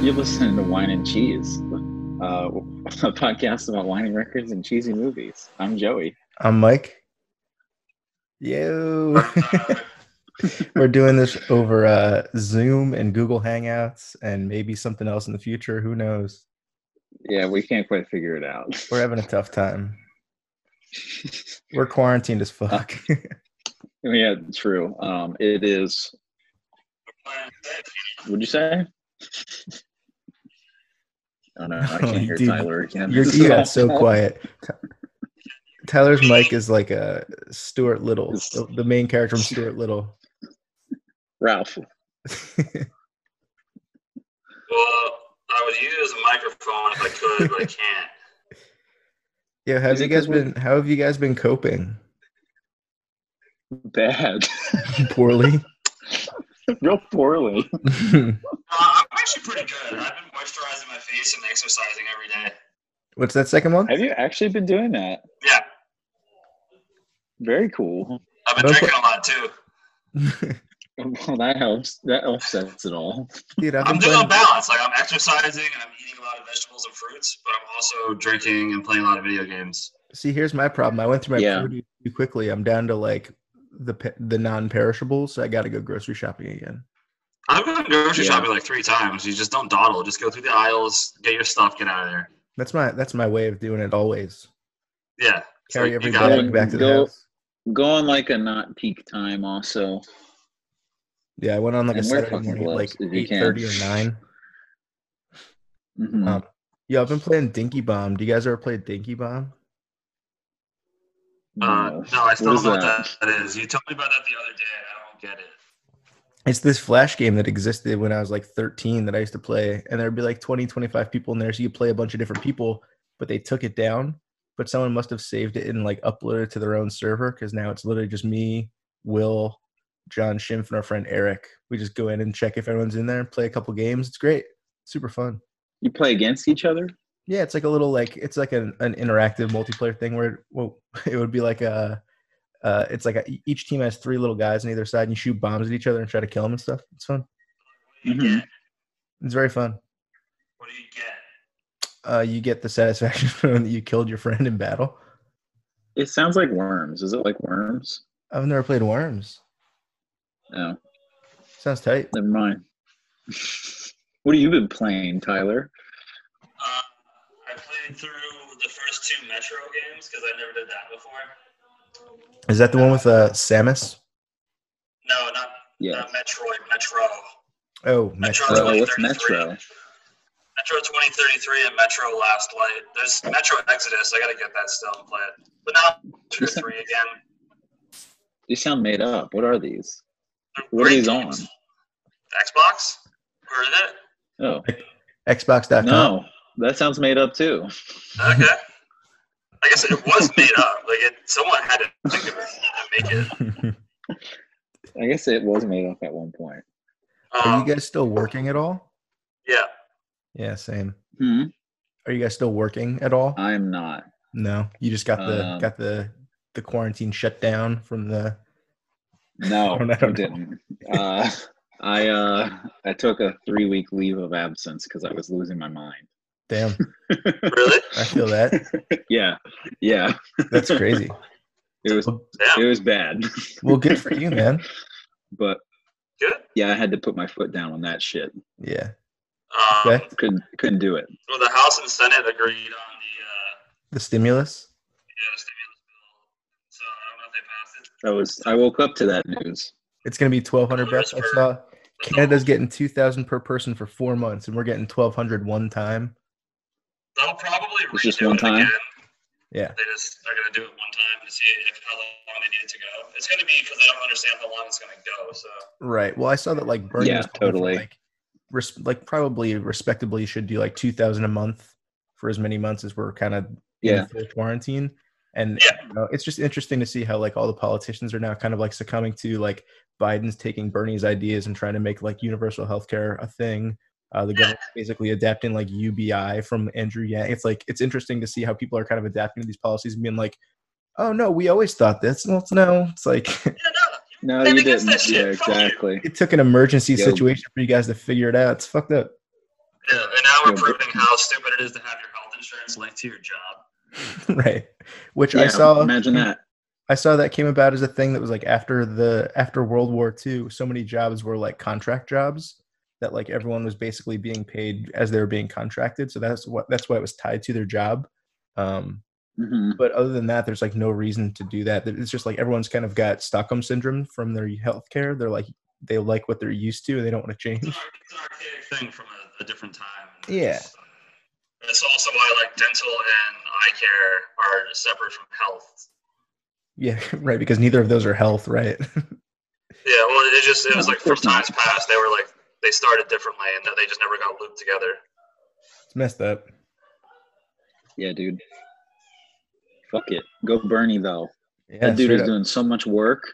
You're listening to Wine and Cheese, uh, a podcast about wine and records and cheesy movies. I'm Joey. I'm Mike. Yo. We're doing this over uh, Zoom and Google Hangouts and maybe something else in the future. Who knows? Yeah, we can't quite figure it out. We're having a tough time. We're quarantined as fuck. yeah, true. Um, it is. Would you say? Oh no, I can't hear Dude, Tyler again. Your This you is got all- so quiet. Ty- Tyler's mic is like a Stuart Little, It's- the the main character from Stuart Little. Ralph, Well, I would use a microphone if I could, but I can't. yeah, have Is you it guys 'cause we're- been? How have you guys been coping? bad, Poorly. real poorly. Uh, I'm actually pretty good. I've been moisturizing my face and exercising every day. What's that second one? Have you actually been doing that? Yeah, Very cool. I've been That's drinking a lot too. Well, that helps. That offsets it all. Dude, I've I'm been doing a playing. balance. Like I'm exercising and I'm eating a lot of vegetables and fruits, but I'm also drinking and playing a lot of video games. See, here's my problem. I went through my Yeah. produce too quickly. I'm down to like the pe- the non-perishables, so I got to go grocery shopping again. I've gone grocery Yeah. shopping like three times. You just don't dawdle. Just go through the aisles, get your stuff, get out of there. That's my that's my way of doing it always. Yeah. It's Carry like, every you got gotta bag back to the go- house. Go on like a not peak time also. Yeah, I went on like a And wear Saturday fucking morning, at, like gloves if you eight can. thirty or nine. Mhm. Um, Yeah, I've been playing Dinky Bomb. Do you guys ever play Dinky Bomb? Uh, no, I still What is don't know what that? that, that is. You told me about that the other day. and I don't get it. It's this flash game that existed when I was like 13 that I used to play, and there'd be like 20, 25 people in there. So you play a bunch of different people, but they took it down. But someone must have saved it and like uploaded it to their own server because now it's literally just me, Will, John Schimpf, and our friend Eric. We just go in and check if everyone's in there and play a couple games. It's great, super fun. You play against each other? Yeah, it's like a little like it's like an, an interactive multiplayer thing where it, well, it would be like a uh, it's like a, each team has three little guys on either side and you shoot bombs at each other and try to kill them and stuff. It's fun. What do you Mhm. get? It's very fun. What do you get? Uh, you get the satisfaction of knowing that you killed your friend in battle. It sounds like worms. Is it like worms? I've never played Worms. No, Sounds tight. never mind. what have you been playing, Tyler? Uh, I played through the first two Metro games because I never did that before. Is that the one with uh, Samus? No, not, Yeah. not Metroid, Metro. Oh, Uh, Metro Metro. Oh, what's 2033. Metro? Metro 2033 and Metro Last Light. There's Metro Exodus. I got to get that still and play it. But now Metro 3 again. You sound made up. What are these? They're What are great these on? games. Xbox? Or is it? Oh, Xbox.com. no. That sounds made up too. Okay. I guess it was made up. Like it, someone had to think of it and make it. I guess it was made up at one point. Are Um, you guys still working at all? yeah. Yeah, same. Hmm? Are you guys still working at all? I'm not. No, you just got the Um, got the the quarantine shut down from the. No, I don't I know. Oh, didn't. Uh, I uh, I took a three week leave of absence because I was losing my mind. Damn, Really? I feel that. Yeah, yeah. That's crazy. It was Yeah. it was bad. Well, good for you, man. But Good. yeah, I had to put my foot down on that shit. Yeah. Um, Okay. Couldn't couldn't do it. Well, the House and Senate agreed on the, uh, The stimulus. yeah, the stimulus bill, so I don't know if they passed it. I was I woke up to that news. It's gonna be twelve hundred bucks. I saw Canada's getting two thousand per person for four months, and we're getting twelve hundred one time. They'll probably redo It's just one it time? again. Yeah. They just are going to do it one time to see if how long they need it to go. It's going to be because they don't understand how long it's going to go. So Right. Well, I saw that like Bernie Yeah, was calling for, totally. like, res- like probably respectably should do like two thousand a month for as many months as we're kind of Yeah, in full quarantine. And Yeah. you know, it's just interesting to see how like all the politicians are now kind of like succumbing to like Biden's taking Bernie's ideas and trying to make like universal healthcare a thing. Uh, the government's basically adapting like UBI from Andrew Yang. It's like it's interesting to see how people are kind of adapting to these policies and being like, "Oh no, we always thought this." Well, it's no, it's like yeah, no, you no, ran you against didn't. That Yeah, shit. Fuck you. exactly. it took an emergency Yo. situation for you guys to figure it out. It's fucked up. Yeah. we're proving how stupid it is to have your health insurance linked to your job. right? Which I Yeah, saw. Imagine that. I saw that came about as a thing that was like after the after World War II, so many jobs were like contract jobs that like everyone was basically being paid as they were being contracted. So that's what that's why it was tied to their job. Um, Mhm. but other than that, there's like no reason to do that. It's just like everyone's kind of got Stockholm syndrome from their healthcare. They're like they like what they're used to and they don't want to It's an, change. ar- it's an archaic thing from a, a different time. Yeah. That's also why like dental and eye care are separate from health. Yeah, right. Because neither of those are health, right? Yeah, well, it just it was No, like of from course not. times past they were like they started differently and they just never got looped together. it's messed up. Yeah, dude. Fuck it. Go Bernie though. Yeah, That dude straight is up. doing so much work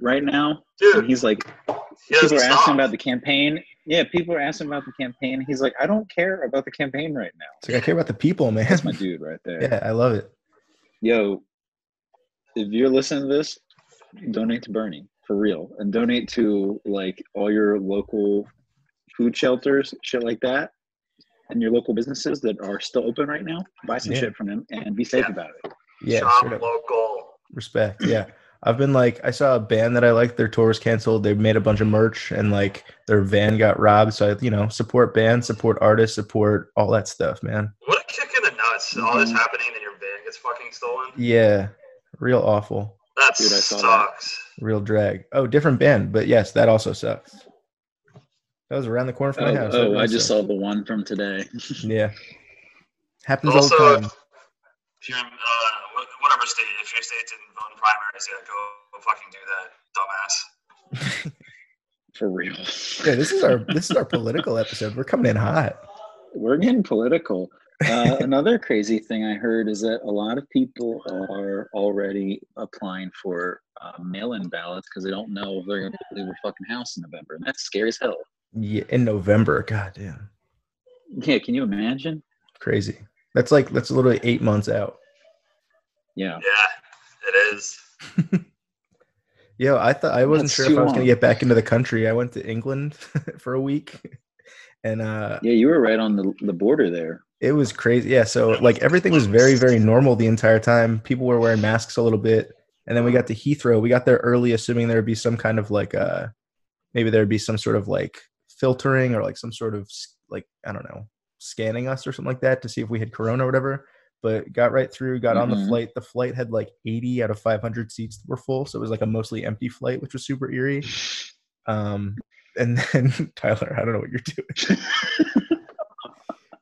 right now. And Dude, he's like, he doesn't people are stop. asking about the campaign. Yeah, people are asking about the campaign. He's like, I don't care about the campaign right now. It's like I care about the people, man. That's my dude right there. Yeah, I love it. Yo, if you're listening to this, donate to Bernie for real, and donate to like all your local food shelters, shit like that, and your local businesses that are still open right now. Buy some Yeah. shit from them and be safe Yeah. about it. Yeah, Shop straight up. local. Respect. Yeah. I've been like, I saw a band that I liked. Their tour was canceled. They made a bunch of merch and like their van got robbed. So, I, you know, support bands, support artists, support all that stuff, man. What a kick in the nuts! All this Mhm. happening and your van gets fucking stolen. Yeah. Real awful. That Dude, I saw that. sucks. Real drag. Oh, different band. But yes, that also sucks. That was around the corner from my Oh, house. That oh really I just sucks. saw the one from today. Yeah. Happens all Also, uh, the time. if you're in uh, wh- whatever state, if your state didn't vote in primaries, yeah, go, go fucking do that, dumbass. for real. Yeah, this is our this is our political episode. We're coming in hot. We're getting political. Uh, another crazy thing I heard is that a lot of people are already applying for uh, mail-in ballots because they don't know if they're going to leave their fucking house in November, and that's scary as hell. Yeah, in November. God damn. Yeah, can you imagine? Crazy. That's like that's literally eight months out. Yeah, Yeah, it is. Yeah, I thought I wasn't That's sure too if I was going long. to get back into the country. I went to England for a week, and uh, yeah, you were right on the, the border there. it was crazy. Yeah, so like everything was very, very normal the entire time. People were wearing masks a little bit, and then we got to Heathrow. We got there early, assuming there would be some kind of like uh, maybe there would be some sort of like filtering or like some sort of s- like I don't know, scanning us or something like that to see if we had corona or whatever. But got right through, got on the Mhm. flight. The flight had like 80 out of 500 seats that were full, so it was like a mostly empty flight, which was super eerie. Um, and then Tyler, I don't know what you're doing.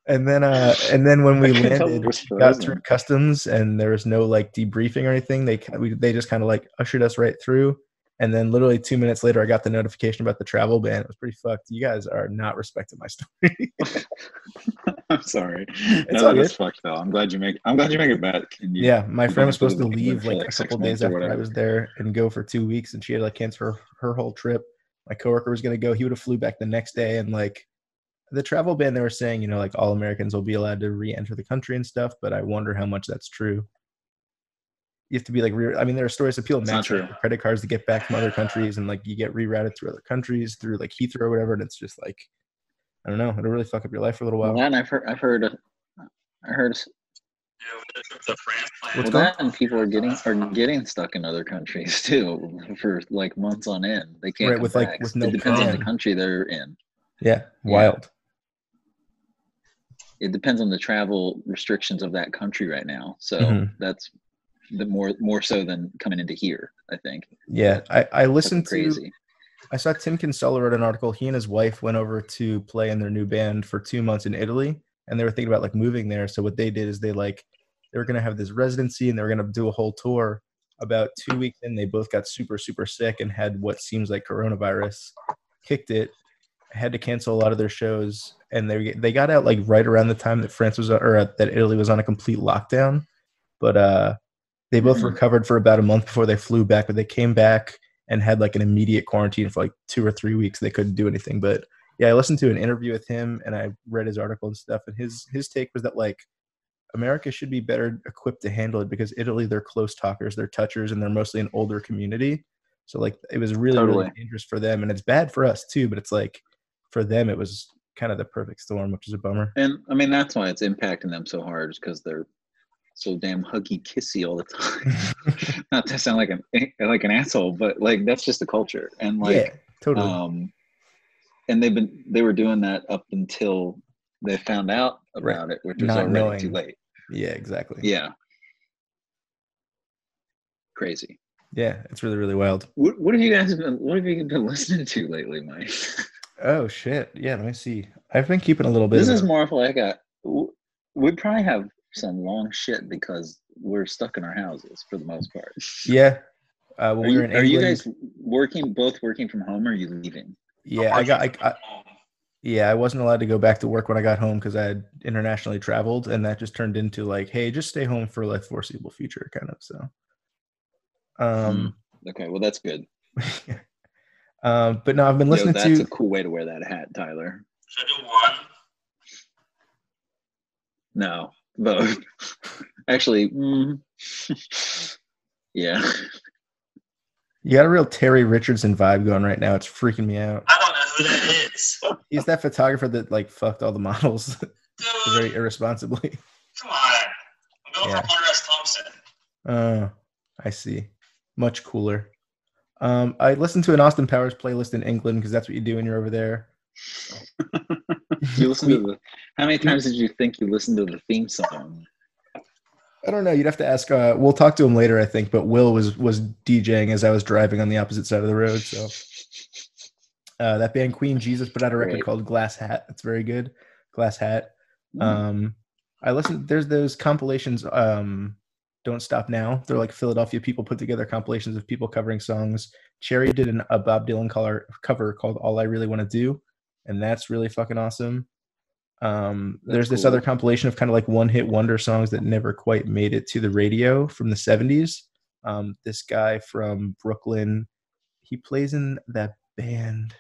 and then, uh, and then when we I couldn't tell landed, if it was got frozen. through customs, and there was no like debriefing or anything. They ki- we, they just kind of like ushered us right through. And then, literally two minutes later, I got the notification about the travel ban. It was pretty fucked. You guys are not respecting my stuff. I'm sorry. It's No, all that is fucked though. I'm glad you make. I'm glad you make it back. And you, Yeah, my you friend was don't have to supposed to leave leave for, like, like, a six couple months days or after I whatever. was there and go for two weeks, and she had like cancel her, her whole trip. My coworker was gonna go; he would have flew back the next day, and like the travel ban, they were saying, you know, like all Americans will be allowed to re-enter the country and stuff. But I wonder how much that's true. You have to be like, re- I mean, there are stories of people It's not matching true. credit cards to get back from other countries, and like you get rerouted through other countries through like Heathrow or whatever, and it's just like, I don't know, it'll really fuck up your life for a little Well, while. that I've heard. I've heard. uh, I heard. Yeah, we did a trip to France. What's Well, planned. going- that and people are getting are getting stuck in other countries too for like months on end. They can't Right, come with, like, back. with no it depends on the plan. country they're in. yeah, Yeah. wild. It depends on the travel restrictions of that country right now. So Mhm. that's the more more so than coming into here. I think. Yeah, I I listened That's to crazy. I saw Tim Kinsella wrote an article. He and his wife went over to play in their new band for two months in Italy, and they were thinking about like moving there. So what they did is they like they were gonna have this residency and they were gonna do a whole tour. About two weeks in, they both got super super sick and had what seems like coronavirus. Kicked it, had to cancel a lot of their shows, and they they got out like right around the time that France was or uh, that Italy was on a complete lockdown. But uh, they both Mhm. recovered for about a month before they flew back. But they came back and had like an immediate quarantine for like two or three weeks. They couldn't do anything. But yeah, I listened to an interview with him and I read his article and stuff. And his his take was that like America should be better equipped to handle it because Italy they're close talkers, they're touchers, and they're mostly an older community. So like it was really, really Totally. dangerous for them, and it's bad for us too. But it's like for them it was kind of the perfect storm, which is a bummer. And I mean that's why it's impacting them so hard, is because they're so damn huggy kissy all the time. Not to sound like an like an asshole, but like that's just the culture. And like yeah, totally. um and they've been they were doing that up until they found out Right. about it, which was Not already knowing. too late. yeah, exactly. Yeah. Crazy. yeah, it's really really wild. What what have you guys been what have you been listening to lately, Mike? Oh shit! Yeah, let me see. I've been keeping a little bit. This of is a- more of like a. w- We probably have some long shit because we're stuck in our houses for the most part. Yeah. Uh, when Are we you, were in are England, you guys working? Both working from home? Or are you leaving? yeah, I got, I, I, yeah, I wasn't allowed to go back to work when I got home because I had internationally traveled, and that just turned into like, hey, just stay home for like foreseeable future, kind of. So, um, Okay, well that's good. um, but no, I've been Hmm. Yo, listening that's to. a cool way to wear that hat, Tyler. Should I do one? No, both. Actually, mm, yeah. you got a real Terry Richardson vibe going right now. It's freaking me out. I don't know who that is. He's that photographer that like fucked all the models Dude, very irresponsibly. come on. I'm going Yeah. for Hunter S. Thompson. Oh, I see. Much cooler. Um, I listened to an Austin Powers playlist in England because that's what you do when you're over there. You listen to the. How many times did you think you listened to the theme song? I don't know. You'd have to ask. Uh, we'll talk to him later, I think. But Will was was DJing as I was driving on the opposite side of the road. So uh, that band Queen Jesus put out a record Great. called Glass Hat. It's very good. Glass Hat. Mm-hmm. Um, I listen. There's those compilations. Um, Don't stop now. They're like Philadelphia people put together compilations of people covering songs. Cherry did an, a Bob Dylan color, cover called "All I Really Want to Do," and that's really fucking awesome. Um, That's there's this cool. other compilation of kind of like one-hit wonder songs that never quite made it to the radio from the '70s. Um, this guy from Brooklyn, he plays in that band.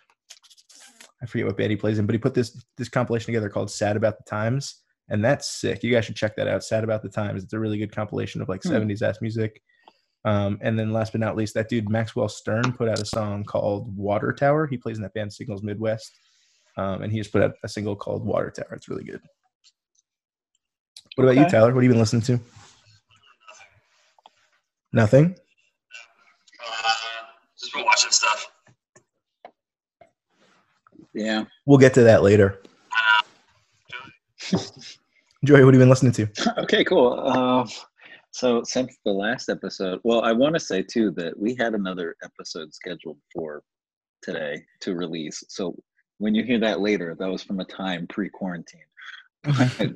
I forget what band he plays in, but he put this this compilation together called "Sad About the Times," and that's sick. You guys should check that out. "Sad About the Times." It's a really good compilation of like Hmm. '70s ass music. Um, and then last but not least, that dude Maxwell Stern put out a song called "Water Tower." He plays in that band Signals Midwest, um, and he just put out a single called "Water Tower." It's really good. What about you, Okay. Tyler? What have you been listening to? Nothing. Uh, just been watching stuff. Yeah. We'll get to that later. Uh, Joey, what have you been listening to? Okay, cool. Um, so since the last episode, well, I want to say too that we had another episode scheduled for today to release. So when you hear that later, that was from a time pre-quarantine.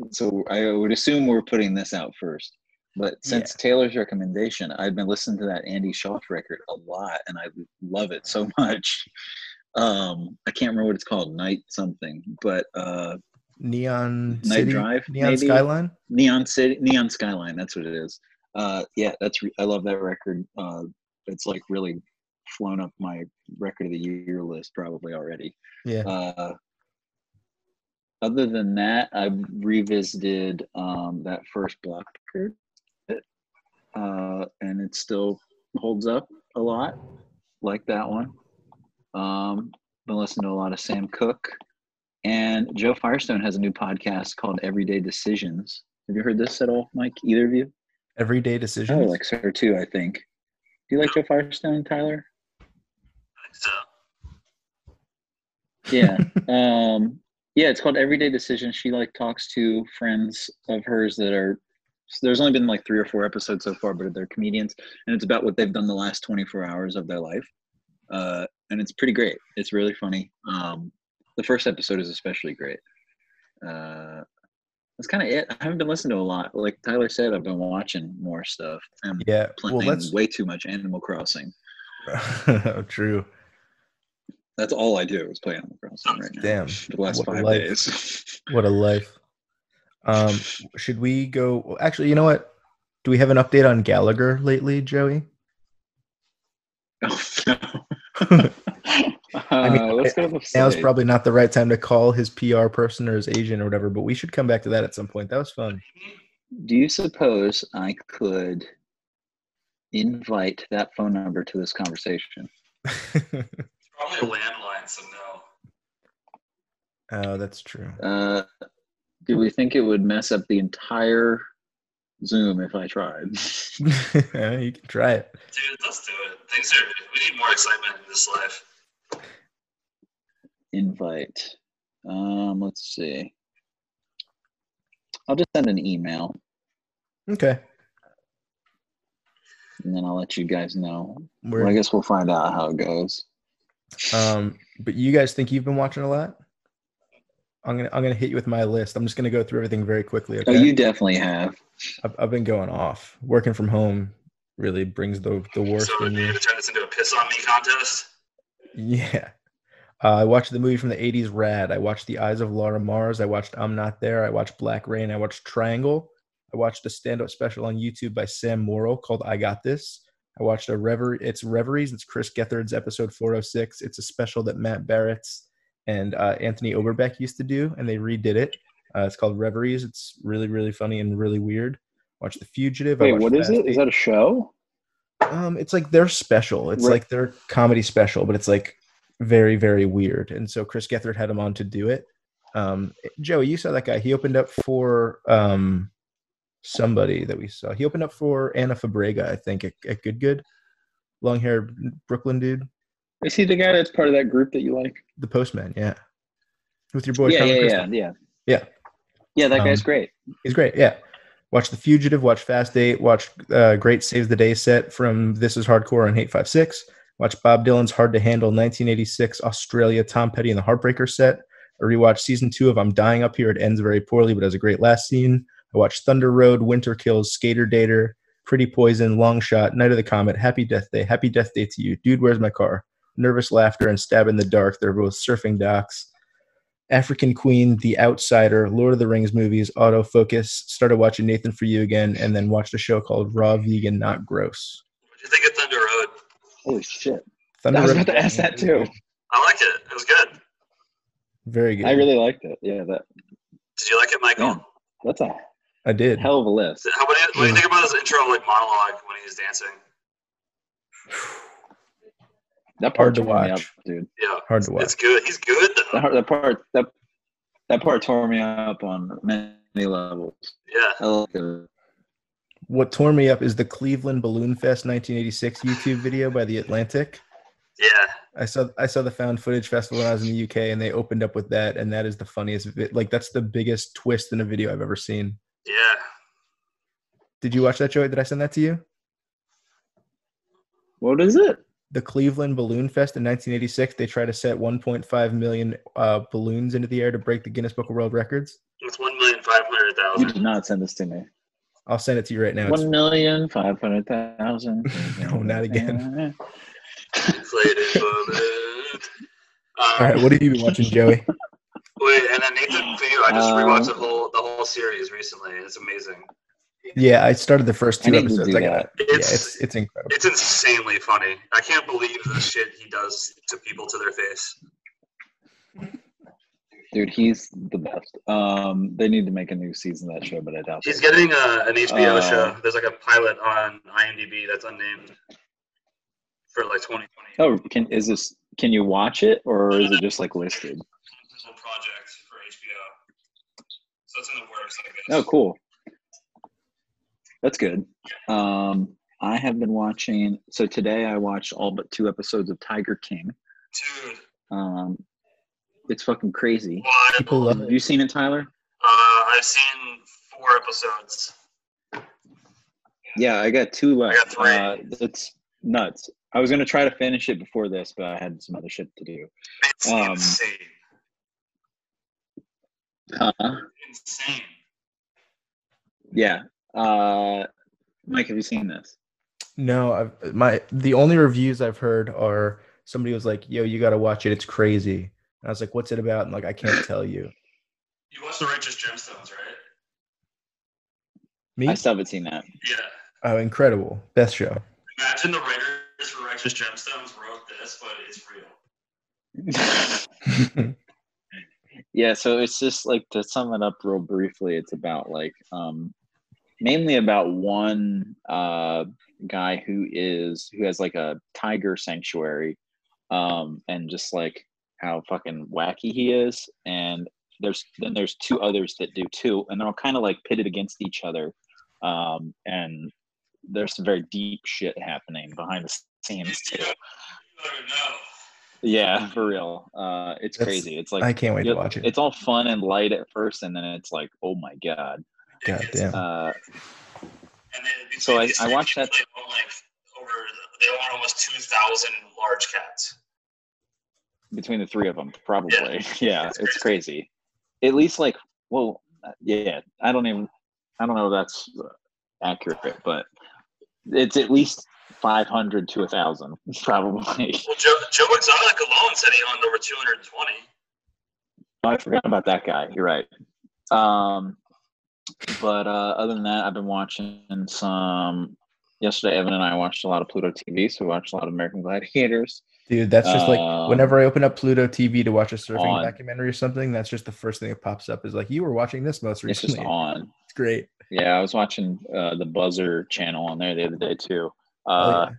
so I would assume we're putting this out first. But since Taylor's recommendation, I've been listening to that Andy Schultz record a lot, and I love it so much. Um, I can't remember what it's called, Night something, but uh, Neon Night City, Drive, Neon maybe? Skyline. Neon City, Neon Skyline. That's what it is. Uh, yeah, that's re- I love that record. Uh, it's like really flown up my record of the year list probably already. Yeah. Uh, other than that, I revisited um, that first block record, uh, and it still holds up a lot, like that one. Um, been listening to a lot of Sam Cooke, and Joe Firestone has a new podcast called Everyday Decisions. Have you heard this at all, Mike? Either of you? Everyday Joe decisions. likes her too, I think. Do you like Joe Firestone, Tyler? so, yeah um yeah it's called everyday Decisions. she like talks to friends of hers that are there's only been like three or four episodes so far but they're comedians and it's about what they've done the last 24 hours of their life uh and it's pretty great it's really funny um the first episode is especially great uh that's kind of it i haven't been listening to a lot like tyler said i've been watching more stuff i'm yeah. playing Well, that's way too much animal crossing true. that's all i do is play animal crossing right now Damn. for the last What a five life. days What a life. Um, should we go? well, Actually, you know what? Do we have an update on Gallagher lately, Joey? Oh, no. mean, Uh, let's go with Now is Slade. probably not the right time to call his PR person or his agent or whatever, but we should come back to that at some point. That was fun. Do you suppose I could invite that phone number to this conversation? probably a landline, so no. Oh, that's true. Uh, do we think it would mess up the entire Zoom if I tried? you can try it. Dude, let's do it. Things are. We need more excitement in this life. Invite. Um, let's see. I'll just send an email Okay. and then I'll let you guys know. Well, I We're, guess we'll find out how it goes. um, but you guys think you've been watching a lot? I'm gonna I'm gonna hit you with my list. I'm just gonna go through everything very quickly. Oh, Okay. you definitely have. I've, I've been going off. Working from home really brings the the worst So we're in me. gonna turn this into a piss on me contest. Yeah. Uh, I watched the movie from the 80s, Rad. I watched The Eyes of Laura Mars. I watched I'm Not There. I watched Black Rain. I watched Triangle. I watched a stand up special on YouTube by Sam Morrill called I Got This. I watched a Rever- It's Reveries. It's Chris Gethard's episode 406. It's a special that Matt Barrett's and uh, Anthony Oberbeck used to do, and they redid it. Uh, it's called Reveries. It's really, really funny and really weird. Watch The Fugitive. I Wait, watched what is Fast it? Is that a show? um, it's like their special. It's Right. like their comedy special, but it's like very, very weird. And so Chris Gethard had him on to do it. Um, Joey, you saw that guy. He opened up for um, somebody that we saw. He opened up for Anna Fabrega, I think, at, at Good Good. Long hair Brooklyn dude, Is he the guy that's part of that group that you like? the postman, yeah. With your boy, yeah, Colin yeah, Christopher. yeah, yeah, Yeah. Yeah, that guy's Um, great. He's great. Yeah. Watch The Fugitive, watch Fast Eight, watch uh, Great Saves the Day set from This Is Hardcore on 856. Watch Bob Dylan's Hard to Handle 1986 Australia Tom Petty and the Heartbreaker set. I rewatched season two of I'm Dying Up Here. It ends very poorly, but has a great last scene. I watched Thunder Road, Winter Kills, Skater Dater, Pretty Poison, Long Shot, Night of the Comet, Happy Death Day, Happy Death Day to You, Dude, Where's My Car, Nervous Laughter, and Stab in the Dark. They're both surfing docs. African Queen, The Outsider, Lord of the Rings movies, Autofocus. Started watching Nathan for You again, and then watched a show called Raw Vegan Not Gross. What do you think of Thunder Road? Holy shit! Thunder I was Road- about to ask that too. I liked it. It was good. Very good. I really liked it. Yeah, that Did you like it, Michael? Yeah. that's a I did. hell of a list. How about you, what do you think about his intro like monologue when he's dancing? That part Hard to tore me up, watch. dude. Yeah, Hard to it's watch. good. He's good though. That, har- that part that that part tore me up on many levels. Yeah, I liked it. What tore me up is the Cleveland Balloon Fest 1986 YouTube video by The Atlantic. yeah. I saw I saw the found footage festival when I was in the UK, and they opened up with that, and that is the funniest. Vi- like that's the biggest twist in a video I've ever seen. Yeah. Did you watch that, Joey? Did I send that to you? What is it? The Cleveland Balloon Fest in 1986. They try to set 1.5 million uh, balloons into the air to break the Guinness Book of World Records. It's one million five hundred You thousand. did not send this to me. I'll send it to you right now. It's- One million five hundred thousand. No, not again. Inflated moment. Um, all right, what have you been watching, Joey? Wait, and then Nathan for you. I just rewatched the Um, whole the whole series recently. It's amazing. Yeah, I started the first I two need to episodes. do I got that. Yeah, It's it's it's incredible. it's insanely funny. I can't believe the shit he does to people to their face. Dude, he's the best. Um, they need to make a new season of that show, but I doubt He's it. getting a, an HBO Uh, show. There's like a pilot on IMDb that's unnamed for like 2020. Oh, can is this? Can you watch it, or is it just like listed? Personal project for HBO. So it's in the works, I guess. Oh, cool. That's good. Um, I have been watching. So today I watched all but two episodes of Tiger King. Dude, Um, it's fucking crazy. wild. People love Have you seen it, Tyler? Uh, I've seen four episodes. Yeah, I got two left. got three. Uh, it's nuts. I was gonna try to finish it before this, but I had some other shit to do. It's Um, insane. Uh-huh. Uh, Insane. yeah. Uh, Mike, have you seen this? No, I've, my the only reviews I've heard are somebody was like, "Yo, you got to watch it. It's crazy." And I was like, "What's it about?" And like, I can't tell you. You watched The Righteous Gemstones, right? Me? I still haven't seen that. Yeah. Oh, incredible! Best show. Imagine the writers for Righteous Gemstones wrote this, but it's real. yeah, so it's just like to sum it up real briefly, it's about like um mainly about one uh guy who is who has like a tiger sanctuary um and just like how fucking wacky he is, and there's then there's two others that do too, and they're all kind of like pitted against each other, um, and there's some very deep shit happening behind the scenes too. Yeah, for real. Uh, it's That's- crazy. It's like I can't wait to you- watch it. It's all fun and light at first, and then it's like, oh my god. God damn. Uh, And then between So I- these I things, watched they that- own, Like over, they own almost two thousand large cats. between the three of them, probably. Yeah, it's crazy. At least like, well, uh, yeah. I don't even. I don't know if that's uh, accurate, but it's at least five hundred to a thousand, probably. Well, Joe, Joe Exotic alone said he owned over two hundred and twenty. Oh, I forgot about that guy. You're right. Um, but uh, other than that, I've been watching some. Yesterday, Evan and I watched a lot of Pluto TV, so we watched a lot of American Gladiators. Dude, that's just like Um, whenever I open up Pluto TV to watch a surfing on. documentary or something, that's just the first thing that pops up is like, you were watching this most It's just recently. on. It's great. Yeah, I was watching uh, the Buzzer channel on there the other day too. Uh, Oh, yeah.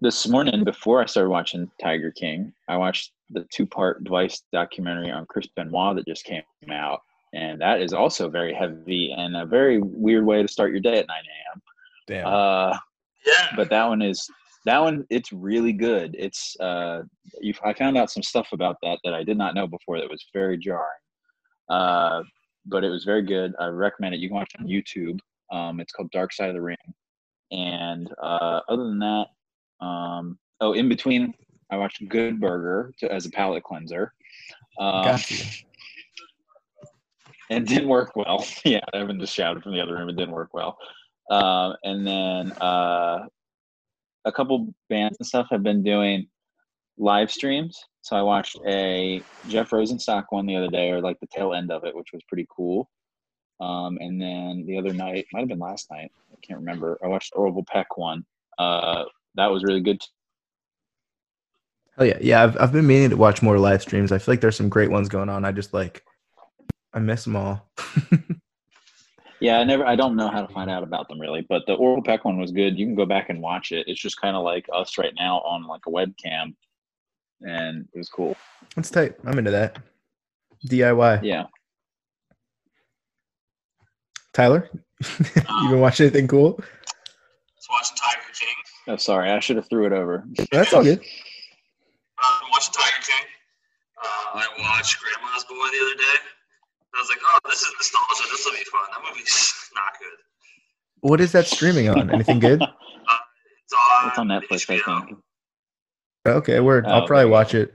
This morning, before I started watching Tiger King, I watched the two-part Vice documentary on Chris Benoit that just came out, and that is also very heavy and a very weird way to start your day at 9 Damn. a.m. Uh, Yeah, but that one is that one it's really good it's uh you i found out some stuff about that that i did not know before that was very jarring uh but it was very good i recommend it you can watch it on youtube um it's called dark side of the ring and uh other than that um oh in between i watched good burger to, as a palate cleanser um, Got you. and it didn't work well. yeah, Evan just shouted from the other room. It didn't work well. Um, and then uh, a couple bands and stuff have been doing live streams. So I watched a Jeff Rosenstock one the other day, or like the tail end of it, which was pretty cool. Um, and then the other night, might have been last night, I can't remember. I watched Orville Peck one. Uh, that was really good. Hell yeah. Yeah, I've, I've been meaning to watch more live streams. I feel like there's some great ones going on. I just like, I miss them all. Yeah, I never. I don't know how to find out about them really, but the Oral Peck one was good. You can go back and watch it. It's just kind of like us right now on like a webcam, and it was cool. That's tight. I'm into that. DIY. Yeah, Tyler, you been watching anything cool? was watching Um, Tiger King. oh, sorry, I should have threw it over. That's all good. Uh, I'm watching Tiger King. Uh, I watched Grandma's Boy the other day. I was like, oh, this is nostalgia. This will be fun. That movie's not good. What is that streaming on? Anything good? It's on, It's on Netflix, I HBO. think. Okay, word. Oh, I'll probably okay. watch it.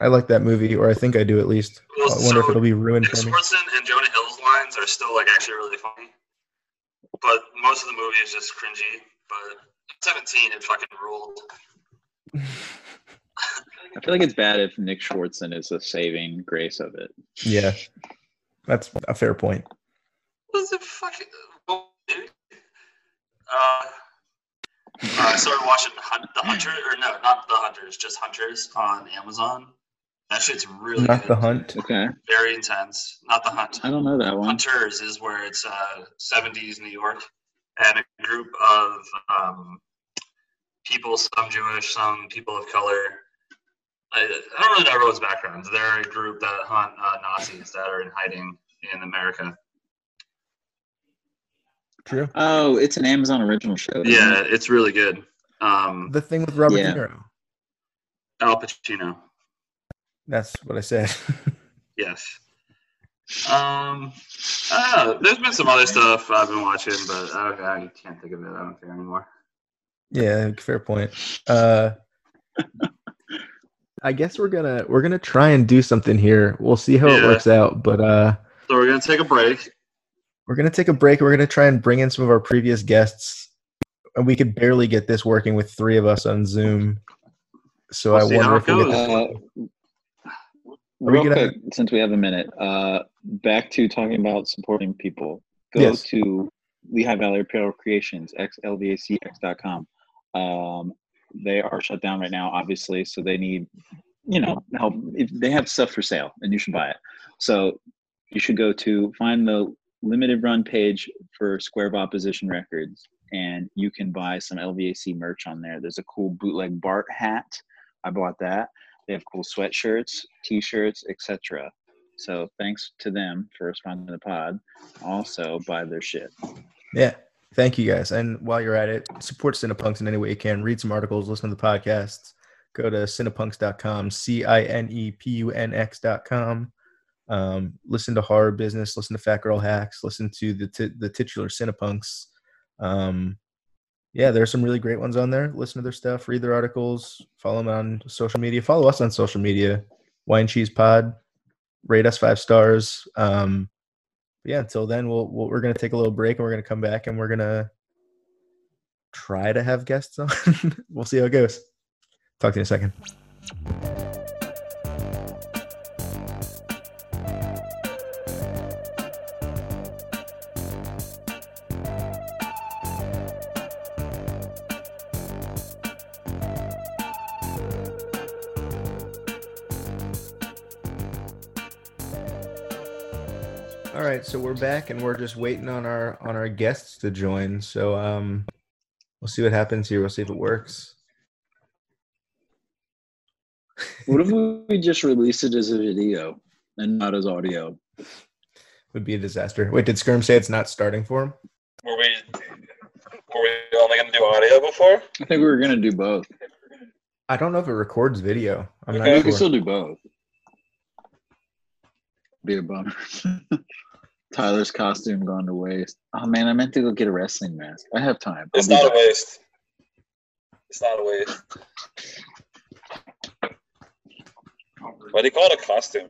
I like that movie, or I think I do at least. I Well, wonder if so it'll be ruined Nick for me. Swartzen and Jonah Hill's lines are still like actually really funny, but most of the movie is just cringy. But at 17, it fucking ruled. I feel like it's bad if Nick Schwartzen is the saving grace of it. Yeah, that's a fair point. What is it fucking? Dude. Uh, I started watching Hun- The Hunter, or no, not The Hunters, just Hunters on Amazon. That shit's really Not good. the hunt. Okay, Very intense. Not The Hunt. I don't know that one. Hunters is where it's uh, 70s New York, and a group of um, people, some Jewish, some people of color. I, I don't really know everyone's backgrounds. They're a group that hunt uh, Nazis that are in hiding in America. True. Um, Oh, it's an Amazon original show. isn't Yeah, it? it's really good. Um, The thing with Robert Yeah. De Niro. Al Pacino. That's what I said. Yes. Um, I don't know. There's been some other stuff I've been watching, but I, don't, I can't think of it. I don't care anymore. yeah, fair point. Uh, I guess we're gonna we're gonna try and do something here. We'll see how it Yeah. works out, but uh, So we're gonna take a break. We're gonna take a break. We're gonna try and bring in some of our previous guests, and we could barely get this working with three of us on Zoom. So We'll I see wonder how if it we goes. get Uh, we real gonna- quick, since we have a minute, uh, back to talking about supporting people. Go Yes. to Lehigh Valley Apparel Creations, xlvacx.com. Um, they are shut down right now, obviously, so they need, you know, help. If they have stuff for sale, and you should buy it. So you should go to find the limited run page for Square of Opposition Records, and you can buy some LVAC merch on there. There's a cool bootleg Bart hat. I bought that. They have cool sweatshirts, t-shirts, etc. So thanks to them for responding to the pod. Also buy their shit. Yeah. Thank you guys. And while you're at it, support Cinepunks in any way you can. Read some articles, listen to the podcasts. Go to cinepunks.com, C I N E P U N X.com. Um, listen to Horror Business, listen to Fat Girl Hacks, listen to the, ti- the titular Cinepunks. Um, yeah, there's some really great ones on there. Listen to their stuff, read their articles, follow them on social media, follow us on social media, Wine Cheese Pod, rate us five stars. Um, but yeah, until then, we'll, we'll we're gonna take a little break and we're gonna come back and we're gonna try to have guests on. we'll see how it goes. Talk to you in a second. All right, so we're back and we're just waiting on our on our guests to join. So um we'll see what happens here. We'll see if it works. What if we just release it as a video and not as audio? Would be a disaster. Wait, did Skirm say it's not starting for him? Were we were we only gonna do audio before? I think we were gonna do both. I don't know if it records video. I'm Yeah, we not can sure. still do both. Be a bummer. Tyler's costume gone to waste. Oh man, I meant to go get a wrestling mask. I have time. I'll It's be not a back. waste. It's not a waste. Why do you call it a costume?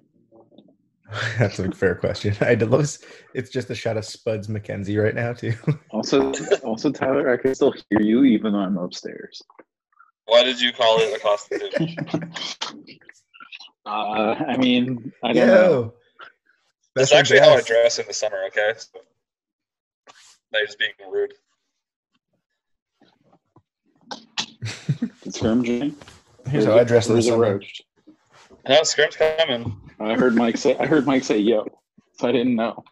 That's a fair question. I did love it's just a shot of Spuds McKenzie right now too. Also, also Tyler, I can still hear you even though I'm upstairs. Why did you call it a costume? Uh, I mean, I don't know. Yo. That's Special actually how I guest. dress in the summer. Okay. So, now you're just being rude. It's from Jane. Here's how I dress in the Where's the summer. roach? No, Scrim's coming. I heard Mike say. I heard Mike say "yo," so I didn't know.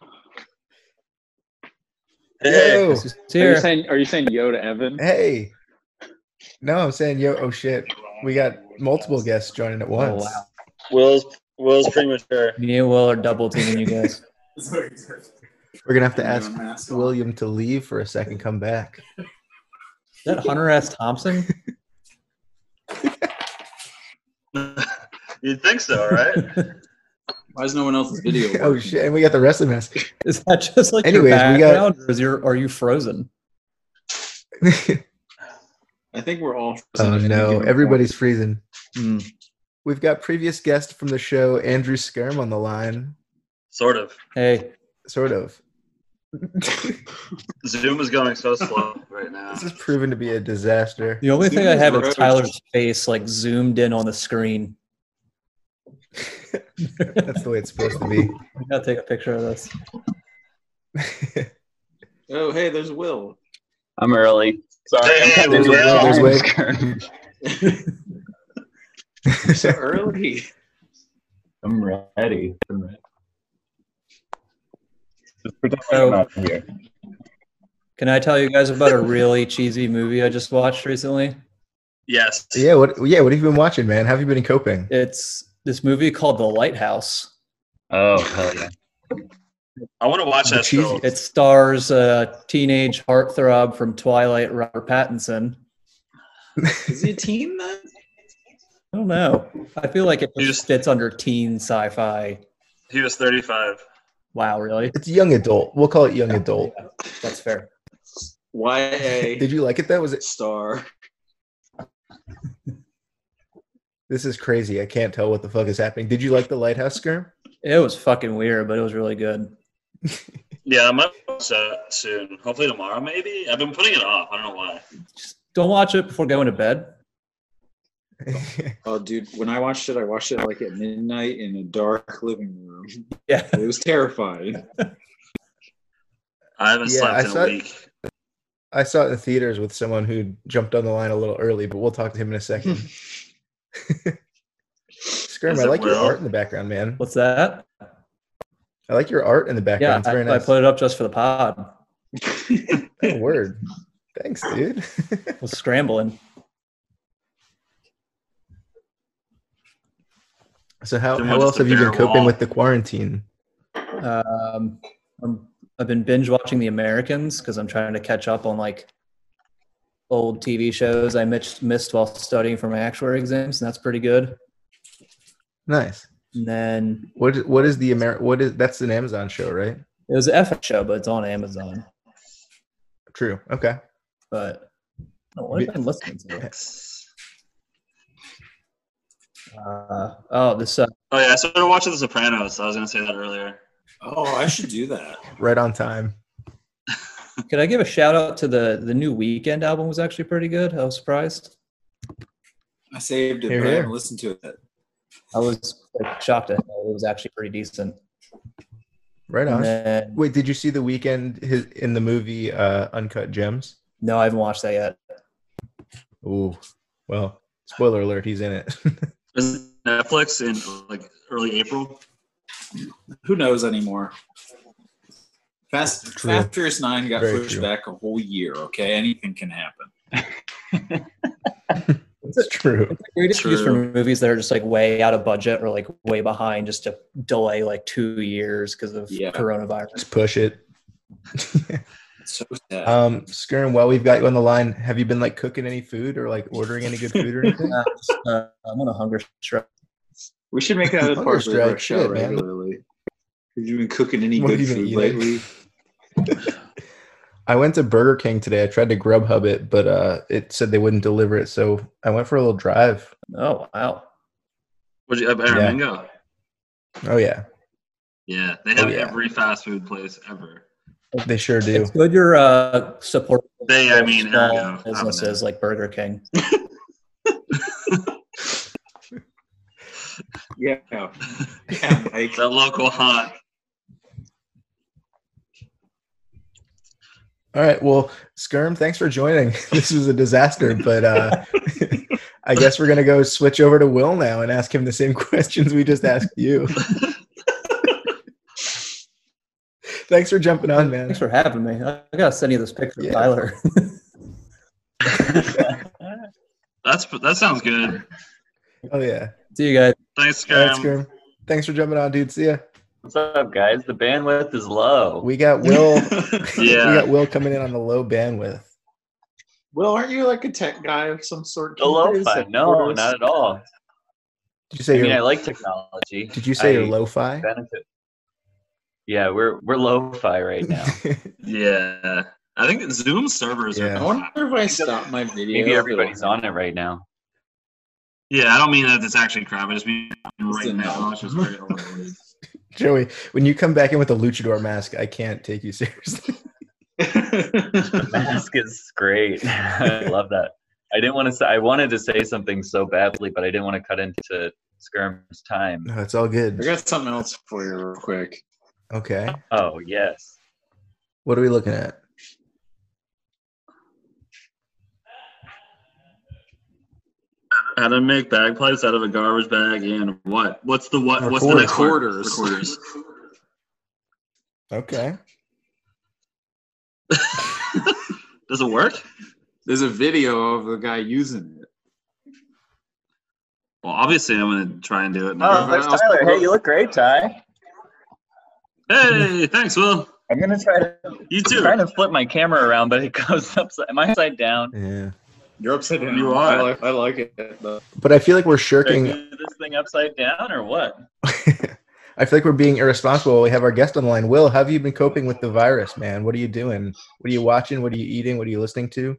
Hey, Yo. This is Are you here. saying? Are you saying "yo" to Evan? Hey. No, I'm saying yo, oh shit. We got multiple guests joining at once. wow. Will's Will's premature. Me and Will are double teaming you guys. We're gonna have to ask William to leave for a second, come back. Is that Hunter S. Thompson? You'd think so, right? Why is no one else's video? Oh shit, and we got the wrestling mask. Is that just like Anyways, your we got- background, or is your are you frozen? I think we're all. oh no, everybody's freezing. Hmm. Mm. We've got previous guest from the show, Andrew Skirm, on the line. sort of. Hey, Sort of. Zoom is going so slow right now. this has proven to be a disaster. the only thing I Dude, have is roach. Tyler's face like zoomed in on the screen. I That's the way it's supposed to be. gotta take a picture of this. Oh hey, there's Will. I'm early. Sorry. Damn, There's Will. a- there's a- Early. I'm ready. I'm ready. Just pretend So- I'm not here. Can I tell you guys about a really cheesy movie I just watched recently? Yes. yeah, what yeah, what have you been watching, man? How have you been coping? It's this movie called The Lighthouse. Oh, hell yeah. I want to watch that Cheesy. still. It stars a teenage heartthrob from Twilight, Robert Pattinson. Is he a teen then? I don't know. I feel like it You just just- fits under teen sci-fi. He was 35. Wow, really? It's young adult. We'll call it young adult. That's fair. YA Did you like it though? Was it star. this is crazy. I can't tell what the fuck is happening. Did you like the lighthouse skirm? It was fucking weird, but it was really good. Yeah, I might watch that soon. Hopefully tomorrow, maybe. I've been putting it off. I don't know why. Just don't watch it before going to bed. Oh dude, when I watched it, I watched it like at midnight in a dark living room. Yeah. It was terrifying. I haven't Yeah, slept I in saw- a week. I saw it in the theaters with someone who jumped on the line a little early, but we'll talk to him in a second. Skirm, Is I it like your Will? art in the background, man. What's that? I like your art in the background. Yeah, it's I, very I nice. put it up just for the pod. Oh, word. Thanks, dude. I was scrambling. So how, Too how much else to have you been bear coping wall. with the quarantine? Um, I'm, I've been binge watching The Americans because I'm trying to catch up on like old TV shows I missed, missed while studying for my actuary exams, and that's pretty good. Nice. And then What is- what is the Amer? What is that's an Amazon show, right? it was an FX show, but it's on Amazon. True. Okay. But oh, what have I been listening to? Uh, oh, this uh, Oh yeah, I started watching The Sopranos. I was gonna say that earlier. Oh, I should do that. Right on time. Could I give a shout out to the the new Weekend album? Was actually pretty good. I was surprised. I saved it, Here, but I here. haven't listened to it. I was like, shocked at how it was actually pretty decent. Right And on. then, Wait, did you see the weekend his, in the movie uh, Uncut Gems? no, I haven't watched that yet. Ooh. Well, spoiler alert, he's in it. Is Netflix in like early April? Who knows anymore? Fast, True. Fast Furious Nine got Very pushed true. back a whole year. Okay, anything can happen. it's true. It's a great excuse for True. movies that are just like way out of budget or like way behind, just to delay like two years because of Yeah. coronavirus. Just push it. It's so sad. Um, Skern, while we've got you on the line, have you been like cooking any food or like ordering any good food or anything? Uh, uh, I'm on a hunger strike. We should make that a Hunger part of our strike, show shit, man. regularly. Have you been cooking any What have good you been food eating? lately? I went to Burger King today. I tried to Grubhub it, but uh, it said they wouldn't deliver it. So I went for a little drive. Oh wow! Would you uh, have Aaron Yeah. Mingo? Oh, yeah. Yeah, they have Oh, yeah. every fast food place ever. They sure do. It's good you're uh, supporting They, I mean, small Ergo, I don't businesses like Burger King. Yeah. no. yeah, like, The local haunt. All right. Well, Skirm, thanks for joining. This was a disaster, but uh, I guess we're going to go switch over to Will now and ask him the same questions we just asked you. thanks for jumping on, man. Thanks for having me. I I gotta send you this picture, Yeah. of Tyler. That's that sounds good. Oh, yeah. See you guys. Thanks, All right, Scam. Skirm. Thanks for jumping on, dude. See ya. What's up, guys? The bandwidth is low. We got Will. We yeah, got Will coming in on the low bandwidth. Well, aren't you like a tech guy of some sort? the lo-fi? No, not at all. Did you say I mean, you're, I like technology. did you say I you're lo-fi? benefit? Yeah, we're we're lo-fi right now. yeah. I think Zoom servers I Yeah. are. wonder if I stop my video. Maybe everybody's on it right now. Yeah, I don't mean that it's actually crap. I just mean right Listen, now. no. It's just very overloaded. Joey, when you come back in with a luchador mask, I can't take you seriously. Mask is great. I love that. I didn't want to say. I wanted to say something so badly, but I didn't want to cut into Skirm's time. No, it's all I good. got something else for you, real quick. Okay. Oh yes. What are we looking at? How to make bagpipes out of a garbage bag and what? What's the what? What's the Recorders. next word? Recorders. Recorders. Okay. Does it work? There's a video of the guy using it. Well, obviously, I'm gonna try and do it now. Oh, there's Tyler. Hey, you look great, Ty. Hey, thanks, Will. I'm gonna try to. You I'm too. trying to flip my camera around, but it goes upside. Am I upside down? Yeah. You're upside down. You are. I like, I like it. Though. But I feel like we're Did I shirking. do this thing upside down or what? I feel like we're being irresponsible. while We have our guest on the line. Will, how have you been coping with the virus, man? What are you doing? What are you watching? What are you eating? What are you listening to?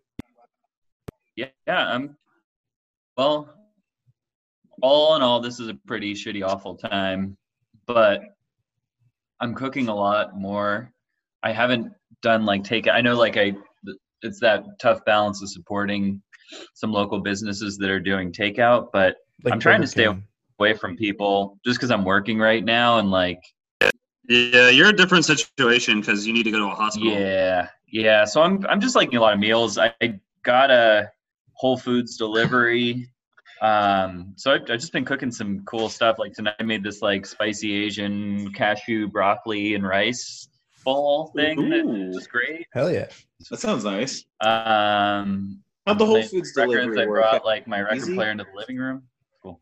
yeah, yeah, I'm well. All in all, this is a pretty shitty, awful time, but I'm cooking a lot more. I haven't done like take. I know like I, it's that tough balance of supporting some local businesses that are doing takeout, but Like I'm trying Burger to stay- King. away from people just because I'm working right now and like Yeah, you're a different situation because you need to go to a hospital. Yeah, yeah. So I'm I'm just liking a lot of meals. I, I got a Whole Foods delivery. Um, so I've, I've just been cooking some cool stuff. Like tonight, I made this like spicy Asian cashew broccoli and rice bowl thing. That Ooh. was great. Hell yeah. That sounds nice. Um, How'd the Whole my Foods records, delivery I work? brought like my record Easy? player into the living room. Cool.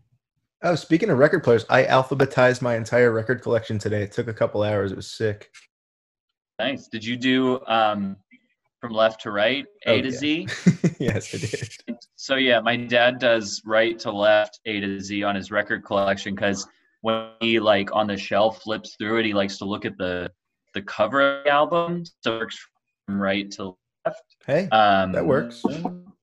Oh, speaking of record players, I alphabetized my entire record collection today. It took a couple hours. It was sick. Nice. Did you do um, from left to right, A Oh, to yeah. Z? yes, I did. So yeah, my dad does right to left, A to Z on his record collection because when he like on the shelf flips through it, he likes to look at the the cover of the album. So it works from right to Hey, um, that works.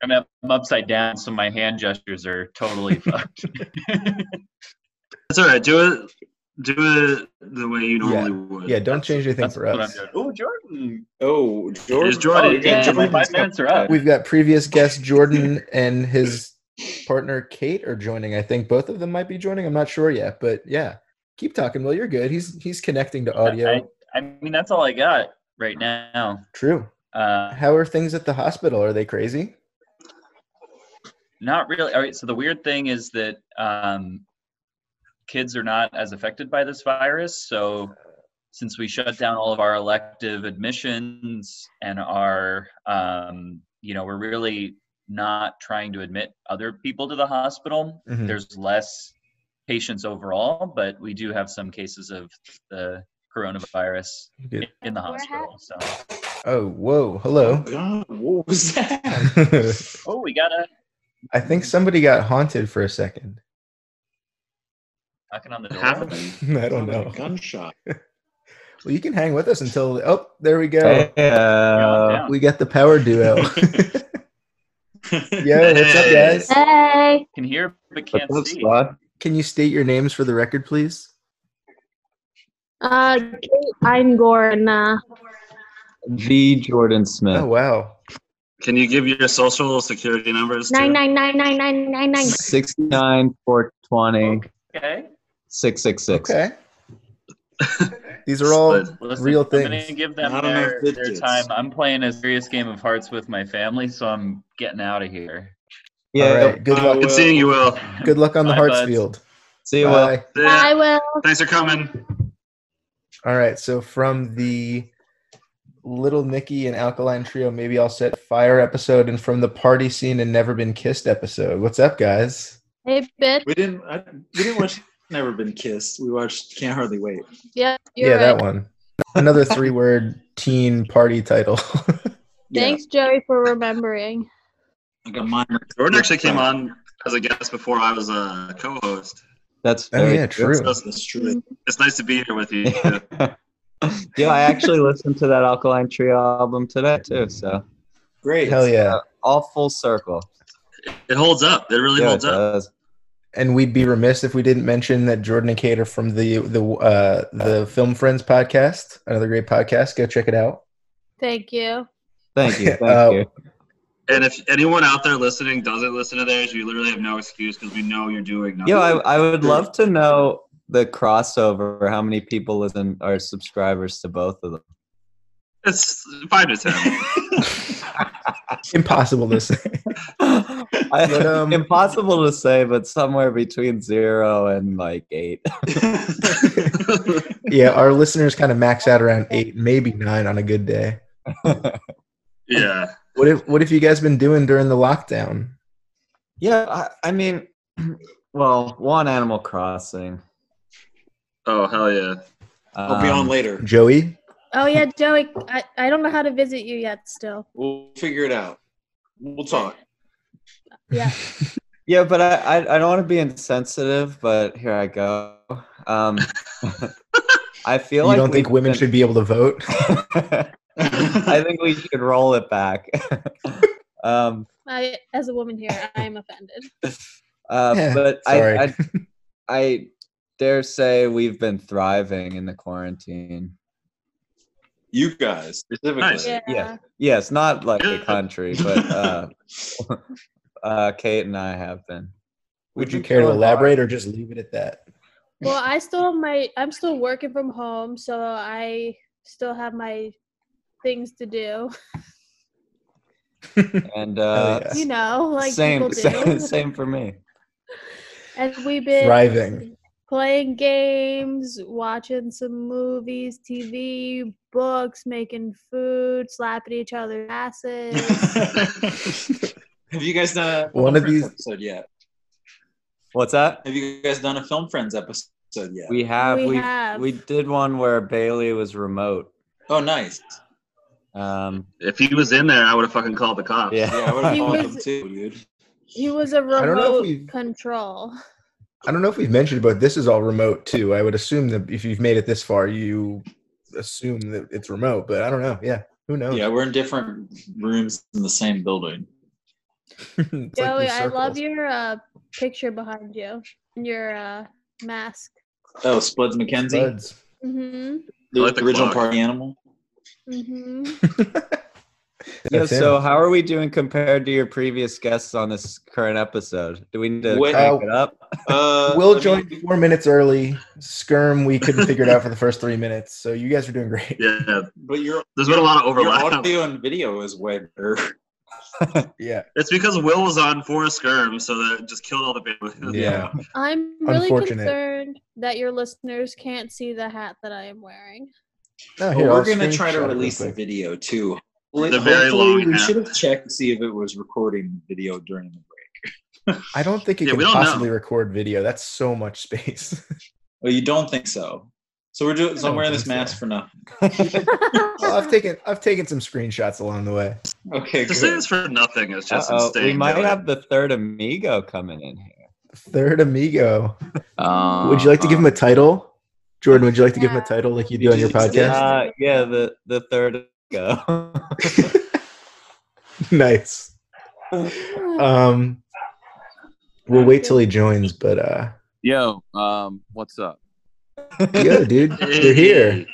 I'm, up- I'm upside down, so my hand gestures are totally fucked. That's all right. Do it. Do it the way you normally would. Yeah, don't change anything That's for what I'm us. doing. Oh, Jordan! Oh, Jordan. It's Jordan. Oh, you got Yeah, Jordan. five minutes are up. We've got previous guest Jordan and his partner Kate are joining. I think both of them might be joining. I'm not sure yet, but yeah, keep talking. Well, you're good. He's he's connecting to audio. I, I mean, that's all I got right now. True. Uh, How are things at the hospital? Are they crazy? Not really. All right. So the weird thing is that um, kids are not as affected by this virus. So since we shut down all of our elective admissions and our, um, you know, we're really not trying to admit other people to the hospital. Mhm. There's less patients overall, but we do have some cases of the coronavirus Good. in the Wear a hat. hospital. So Oh, whoa, hello. God, what was that? I oh, we got a think somebody got haunted for a second. knocking on the What door. happened? I don't Sounded like know. a Gunshot. Well, you can hang with us until. Oh, there we go. uh, uh, Yeah, We got the power duo. Yo, what's up, Hey. guys? Hey. Can hear but can't What's up, see. squad? Can you state your names for the record, please? Uh, Kate Eingorn. The Jordan Smith. Oh, wow. Can you give your social security numbers? too? Nine nine nine nine nine nine nine. 69 420 Okay. 666. Okay. These are all. But Listen, real I'm gonna things. give them Not enough their, their digits. time. I'm playing a serious game of hearts with my family, so I'm getting out of here. all Yeah. right. Good I luck. will- Good seeing you, Will. Good luck on the Bye, hearts buds. field. See you, Will. Bye. I will. Thanks for coming. All right, so from the Little Nicky and Alkaline Trio, maybe I'll set fire episode, and from the party scene and Never Been Kissed episode. What's up, guys? Hey, bitch. We didn't. I, we didn't watch Never Been Kissed. We watched Can't Hardly Wait. Yeah, you're yeah, right. that one. Another three-word teen party title. Thanks, Joey, for remembering. Yeah, like a minor. Jordan actually came on as a guest before I was a co-host. That's oh very yeah, true. That's- That's true. It's nice to be here with you. yeah, I actually listened to that Alkaline Trio album today too. So Great. Hell yeah! all full circle. It holds up. It really Yeah, holds it up. does. And we'd be remiss if we didn't mention that Jordan and Kate are from the the uh, the Film Friends podcast, another great podcast. Go check it out. Thank you. Thank you. Thank Uh, you. And if anyone out there listening doesn't listen to theirs, you literally have no excuse because we know you're doing nothing. Yo, I, I would love to know the crossover. How many people listen are subscribers to both of them? it's five to ten. Impossible to say. I, But, um, impossible to say, but somewhere between zero and like eight. yeah, our listeners kind of max out around eight, maybe nine on a good day. yeah. What if what if you guys been doing during the lockdown? yeah, I, I mean, well, one Animal Crossing. Oh hell yeah. I'll be on Um, later. Joey? Oh yeah, Joey. I, I don't know how to visit you yet. Still. We'll figure it out. We'll talk. Yeah. Yeah, but I, I, I don't want to be insensitive, but here I go. Um, I feel You like don't think we've women been- should be able to vote? I think we should roll it back. um, I, as a woman here, I am offended. uh, Yeah, but sorry. I, I I dare say we've been thriving in the quarantine. You guys specifically. Nice. Yeah. Yeah. Yes, not like the country, but uh, uh, Kate and I have been. Would you care to elaborate or just leave it at that? Well, I still have my. I'm still working from home, so I still have my things to do. And uh, Hell You know, like people same, do. same, same for me. And we've been Thriving. playing games, watching some movies, TV, books, making food, slapping each other's asses. Have you guys done a One of Friends these- episode yet? What's that? Have you guys done a Film Friends episode yet? We have We we have. we did one where Bailey was remote. oh, nice. Um, If he was in there, I would have fucking called the cops. yeah. Yeah, I would have He called was- them too, dude. He was a know if remote we've- control. I don't know if we've mentioned, but this is all remote too. I would assume that if you've made it this far, you assume that it's remote. But I don't know. Yeah, who knows? Yeah, we're in different rooms in the same building. It's like Joey, these I love circles. your uh, picture behind you and your uh, mask. Oh, Spuds McKenzie, Buds. Mm-hmm. the I like the original clock. party animal. Mm-hmm. Yeah, That's him. so how are we doing compared to your previous guests on this current episode? Do we need to Wait- crank Uh, it up? Uh, Will I joined mean, four minutes early. Skirm, we couldn't figure it out for the first three minutes. So you guys are doing great. Yeah, but your there's been a lot of your overlap. audio and video is way better. Yeah. It's because Will was on for a skirm, so that just killed all the bandwidth. Yeah. I'm really Unfortunate. concerned that your listeners can't see the hat that I am wearing. No, But here, I'll we're gonna try screenshot it to real release the quick. video too. The Hopefully, very long We app. should have checked to see if it was recording video during the break. I don't think it Yeah, can we don't possibly know. record video. That's so much space. Oh, you don't think so? So we're doing. So I'm don't wearing this think so. mask for nothing. Well, I've taken I've taken some screenshots along the way. Okay, To say good. this for nothing is just Uh-oh, insane. we might dude. have the third amigo coming in here. Third amigo. Um, would you like to give him a title? Jordan, would you like to give him a Yeah. title like you do on your podcast? Uh, yeah, the the third amigo. nice. Um we'll wait till he joins, but uh Yo, um, what's up? yo, dude, you're here.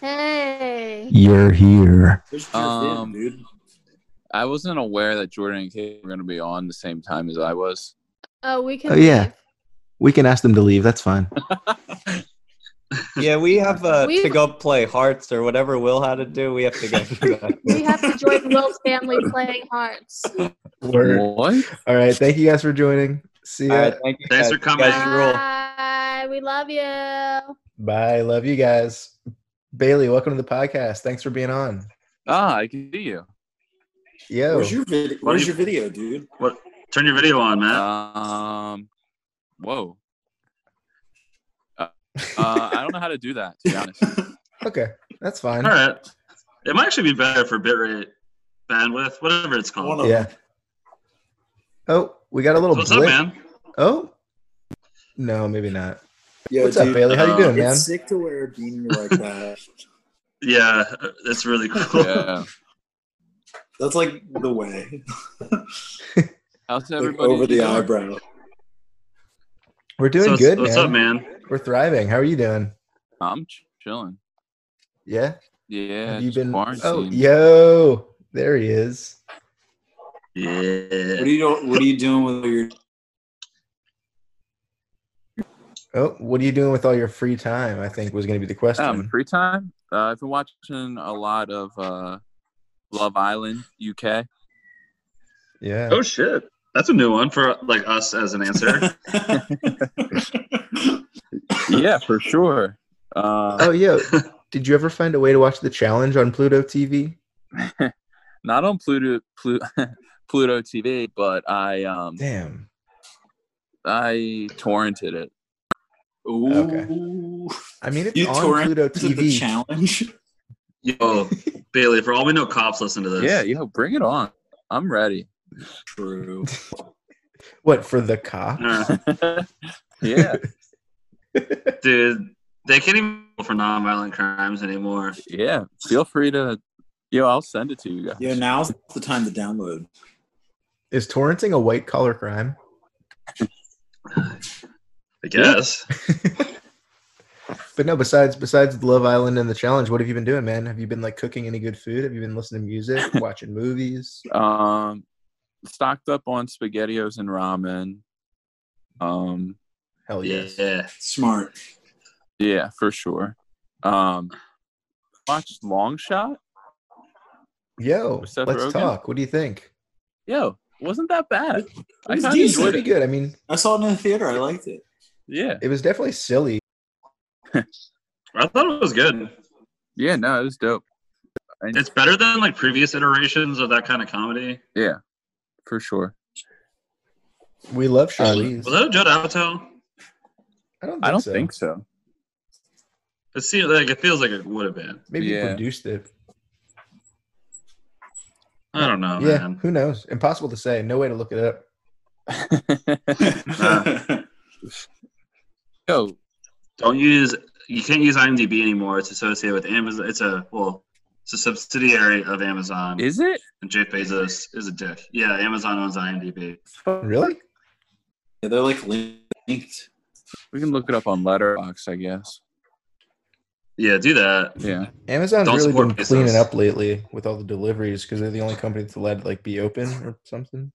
hey. You're here. There's your Um, vid, dude. I wasn't aware that Jordan and Kate were going to be on the same time as I was. Oh, we can. Oh, yeah. leave. We can ask them to leave. That's fine. yeah, we have uh, We've- to go play hearts or whatever Will had to do. We have to go do We that. have to join Will's family playing hearts. Word. What? All right. Thank you guys for joining. See ya. All right, thank you Thanks guys. for coming. You guys rule. Bye. We love you. Bye. Love you guys. Bailey, welcome to the podcast. Thanks for being on. Ah, I can see you. Yo. Where's your vid- What Where's do your video, dude? Turn your video on, Matt. Um, whoa. Uh, uh, I don't know how to do that. To be honest, okay. That's fine. All right. It might actually be better for bitrate bandwidth, whatever it's called. One of- Yeah. Oh, we got a So little what's blip. up, man? Oh. No, maybe not. Yo, What's up, dude, Bailey? How you uh, doing, It's man? sick to wear a beanie like that. Yeah, it's really cool. yeah. That's like the way. How's Like everybody? over the doing? eyebrow. We're doing So what's- good, What's man. up, man? We're thriving. How are you doing? I'm ch- chilling. Yeah. Yeah. Have you just been? quarantined. Oh, yo, there he is. What are Yeah. you doing? What are you doing with your? Oh, what are you doing with all your free time? I think was going to be the question. Um, free time. Uh, I've been watching a lot of uh, Love Island UK. yeah. Oh shit. That's a new one for like us as an answer. yeah, for sure. Uh, Oh, yo. Did you ever find a way to watch the challenge on Pluto TV? not on Pluto Pluto, Pluto TV, but I um Damn. I torrented it. Ooh. Okay. I mean, it's You on Pluto torrented the TV. challenge. Yo, Bailey, for all we know, cops listen to this. Yeah, yo, bring it on. I'm ready. True. What for the cop? Uh, yeah, dude, they can't even go for nonviolent crimes anymore. yeah. Feel free to yo, I'll send it to you guys. Yeah, now's the time to download. Is torrenting a white collar crime? I guess. But no, besides besides Love Island and the challenge, what have you been doing, man? Have you been like cooking any good food? Have you been listening to music, watching movies? Um stocked up on spaghettios and ramen. Um Hell yes. Yeah. Smart. yeah, for sure. Um watched Long Shot. Yo, Seth let's Rogen? talk. What do you think? Yo, wasn't that bad. I was kinda It's decent. enjoyed pretty it. good. I mean, I saw it in the theater. I liked it. Yeah. it was definitely silly. I thought it was good. Yeah, no, it was dope. It's better than like previous iterations of that kind of comedy. Yeah, for sure. We love Uh, Charlize. Was that a Judd Apatow? I don't think I don't so. think so. It seems like it feels like it would have been. Maybe he Yeah. produced it. I don't Oh, know, yeah, man. who knows? Impossible to say. No way to look it up. Yo, Don't use you can't use IMDb anymore. It's associated with Amazon. It's a well, it's a subsidiary of Amazon. is it? and Jeff Bezos is a dick. Yeah, Amazon owns IMDb. Really? Yeah, they're like linked. We can look it up on Letterbox, I guess. Yeah, do that. Yeah. Amazon's Don't really support been Bezos. cleaning up lately with all the deliveries because they're the only company that's allowed to like be open or something.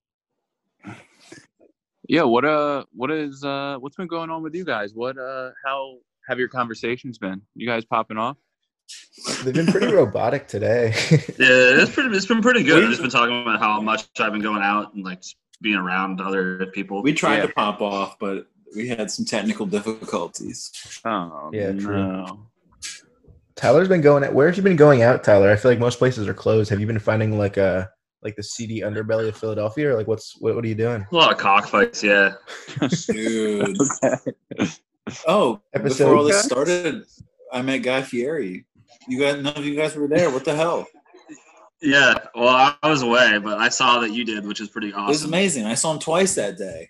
Yeah. What uh? What is uh? What's been going on with you guys? What uh? How have your conversations been? You guys popping off? They've been pretty robotic today. Yeah, it's pretty. It's been pretty good. I've just been talking about how much I've been going out and like just being around other people. We tried Yeah. to pop off, but we had some technical difficulties. Oh Yeah, true. no. Tyler's been going. Where have you been going out, Tyler? I feel like most places are closed. Have you been finding like a like the seedy underbelly of Philadelphia, or like what's what? What are you doing? a lot of cockfights. Yeah, Dude. Oh, before Episode- all this started, I met Guy Fieri. You guys, none of you guys were there. What the hell? yeah. Well, I I was away, but I saw that you did, which is pretty It was awesome. amazing. I saw him twice that day.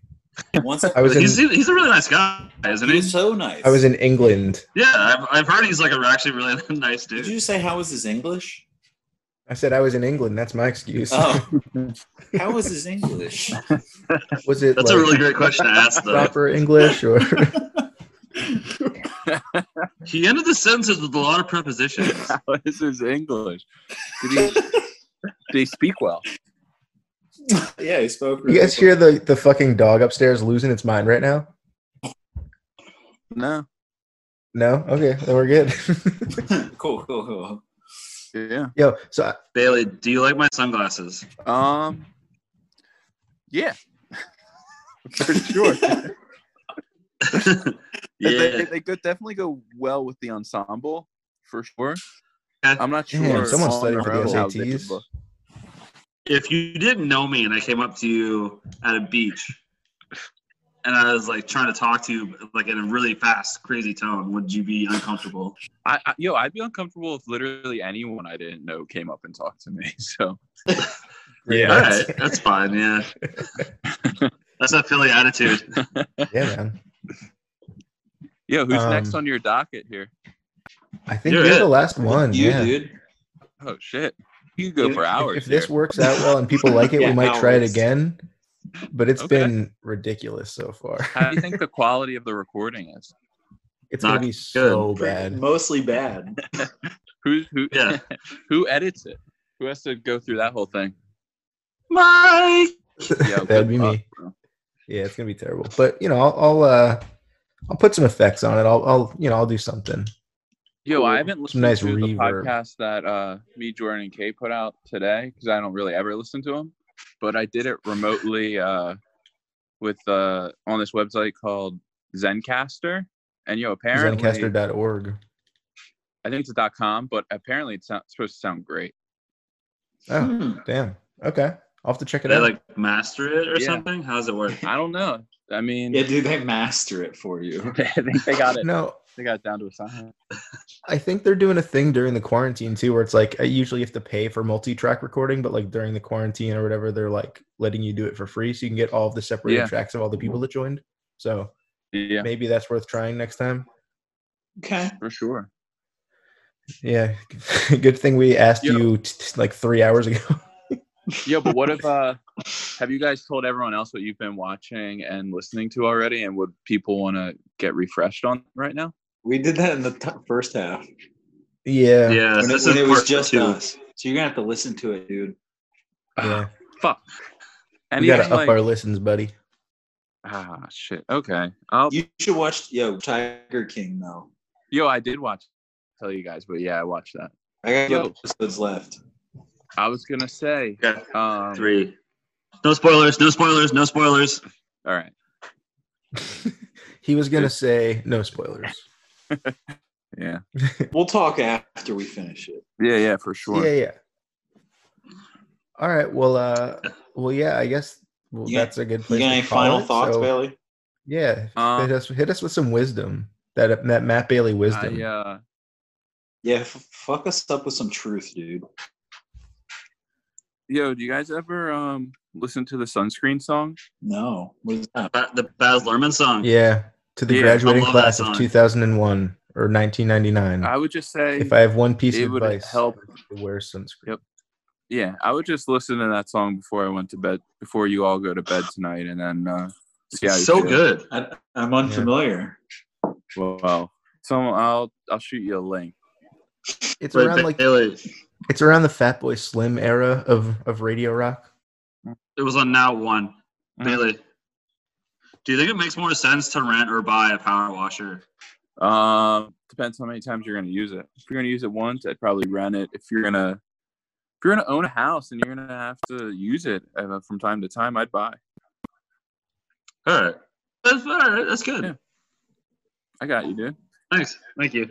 Once I was He's, in he's a really nice guy, isn't he he? was so nice. I was in England. Yeah, I've, I've heard he's like a actually really nice Did dude. you just say how was his English? I said I was in England. That's my excuse. Oh, how was his English? was it That's a like, really uh, great question to ask, though. proper English or? He ended the sentences with a lot of prepositions. this is English. Did he? did he speak well? Yeah, he spoke. you guys hear the the fucking dog upstairs losing its mind right now? No. No. Okay, then we're good. well. cool, cool, cool. Yeah. Yo, so uh, I, Bailey, do you like my sunglasses? Um. Yeah. For sure. yeah. They, they could definitely go well with the ensemble for sure. Yeah. I'm not sure. damn, someone on studied their for own the how they would SATs. look. if you didn't know me and I came up to you at a beach and I was like trying to talk to you like in a really fast, crazy tone, would you be uncomfortable? I, I, yo, I'd be uncomfortable if literally anyone I didn't know came up and talked to me. So Yeah. All right, that's fine. Yeah, that's a Philly attitude. Yeah, man. yo, who's next Um, on your docket here? I think You're you're it. the last one. You, yeah. dude. Oh shit, you could go for hours. If, if this here. works out well and people like it, Yeah, we might try it hours. again. But it's Okay. been ridiculous so far. how do you think the quality of the recording is? It's Not gonna be so bad. Mostly bad. Who's who? Yeah. who edits it? Who has to go through that whole thing? Mike, Yeah, That'd be me. Yeah, it's gonna be terrible. But you know, I'll, I'll uh, I'll put some effects on it. I'll, I'll, you know, I'll do something. Yo, I haven't listened nice to the reverb. podcast that uh, me, Jordan, and Kay put out today because I don't really ever listen to them. But I did it remotely uh, with uh, on this website called ZenCaster, and yo, apparently Zencaster.org. I think it's a .com, but apparently it's not supposed to sound great. Oh, damn. Okay, I'll have to check it Did I out. like master it or Yeah. something? How does it work? I don't know. I mean, Yeah, dude, they master it for you. I think they got it. no, They got it down to a science. I think they're doing a thing during the quarantine too, where it's like I usually have to pay for multi-track recording, but like during the quarantine or whatever, they're like letting you do it for free, so you can get all of the separated Yeah. tracks of all the people that joined. So Yeah, maybe that's worth trying next time. Okay. for sure. Yeah, good thing we asked Yo. you t- t- like three hours ago. Yo, but what if uh, have you guys told everyone else what you've been watching and listening to already? And would people want to get refreshed on right now? We did that in the t- first half. yeah, yeah, Yeah, When it, this when is it was part just two. us. So you're going to have to listen to it, dude. yeah. Fuck. we Anything gotta up like, our listens, buddy. ah shit. Okay. I'll, You should watch, yo, Tiger King, though. yo, I did watch. Tell you guys, but yeah, I watched that. I got Yo. episodes left. I was gonna say. Okay, Um, three. No spoilers. No spoilers. No spoilers. All right. He was gonna say no spoilers. Yeah. We'll talk after we finish it. Yeah. Yeah. For sure. Yeah, yeah. All right. Well, uh, well, yeah. I guess well, You- that's a good You place. got to any call final it. thoughts, So, Bailey? Yeah, Um, hit us hit us with some wisdom. That that Matt Bailey wisdom. I, uh, Yeah, f- fuck us up with some truth, dude. yo, do you guys ever um listen to the Sunscreen song? No, what is that? Ba- the Baz Luhrmann song. yeah, to the Yeah, I graduating love that class of song. 2001 or 1999. I would just say, Mm. if I have one piece it of would advice, help- to wear sunscreen. Yep. yeah, I would just listen to that song before I went to bed, before you all go to bed tonight, and then uh, see how you so feel. good. I, I'm unfamiliar. Wow. So I'll I'll shoot you a link. It's But around like Bailey, it's around the Fat Boy Slim era of of radio rock. it was on now one. Mhm. Bailey, do you think it makes more sense to rent or buy a power washer? Um, depends how many times you're gonna use it. If you're gonna use it once, I'd probably rent it. If you're gonna if you're gonna own a house and you're gonna have to use it uh, from time to time, I'd buy. All right. That's, all right, that's good. Yeah. I got you, dude. Thanks. Thank you.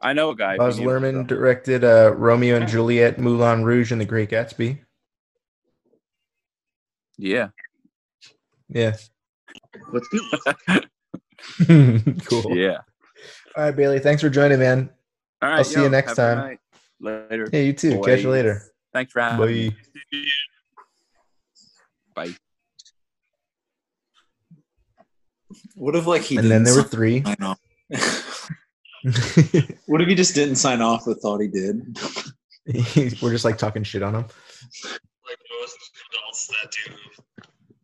I know a guy. if Baz you need one, Luhrmann so. directed uh, Romeo and Juliet, Moulin Rouge, and The Great Gatsby. Yeah. Yeah, Let's do it. cool. Yeah. All right, Bailey. Thanks for joining, man. All right. I'll see you yo, next have a time. good night. Later. Yeah, you too. Catch you boys. later. Thanks for having me. Bye. What if like he And then didn't there were three. sign off? what if he just didn't sign off but thought he did? We're just like talking shit on him. Like most adults that do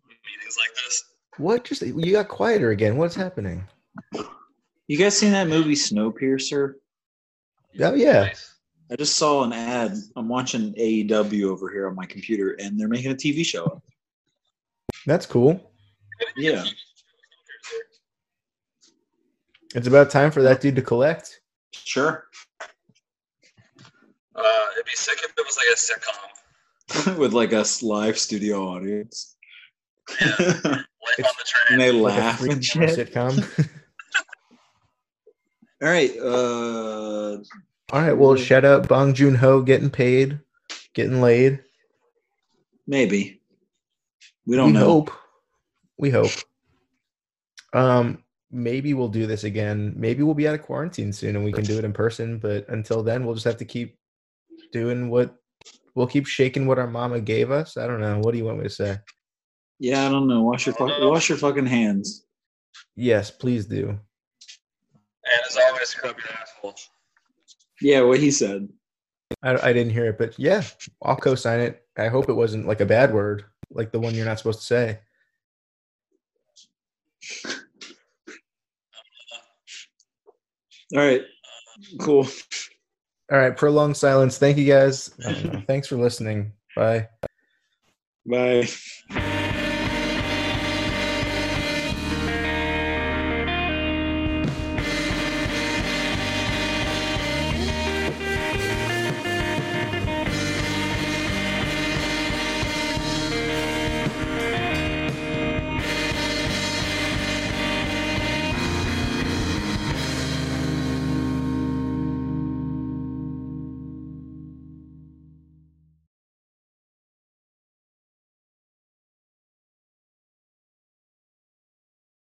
meetings like this. What? Just you got quieter again. What's happening? You guys seen that movie Snowpiercer? Oh yeah. I just saw an ad. I'm watching AEW over here on my computer, and they're making a TV show. of it. That's cool. Yeah, It's about time for that dude to collect. sure. Uh, it'd be sick if it was like a sitcom. With like a s- live studio audience, Life It's- on the train. and they Like a laugh free and camera shit. sitcom. All right, uh, All right. Well, shout out Bong Joon Ho getting paid, getting laid. maybe. We don't we know. hope. We hope. Um, maybe we'll do this again. Maybe we'll be out of quarantine soon and we can do it in person. But until then, we'll just have to keep doing what we'll keep shaking what our mama gave us. I don't know. What do you want me to say? Yeah, I don't know. Wash your fuck- wash your fucking hands. Yes, please do. And as always, scrub your asshole. Yeah, what he said. I, I didn't hear it, but yeah, I'll co-sign it. I hope it wasn't like a bad word, like the one you're not supposed to say. All right, cool. All right, prolonged silence. Thank you guys. I don't know. Thanks for listening. Bye. Bye.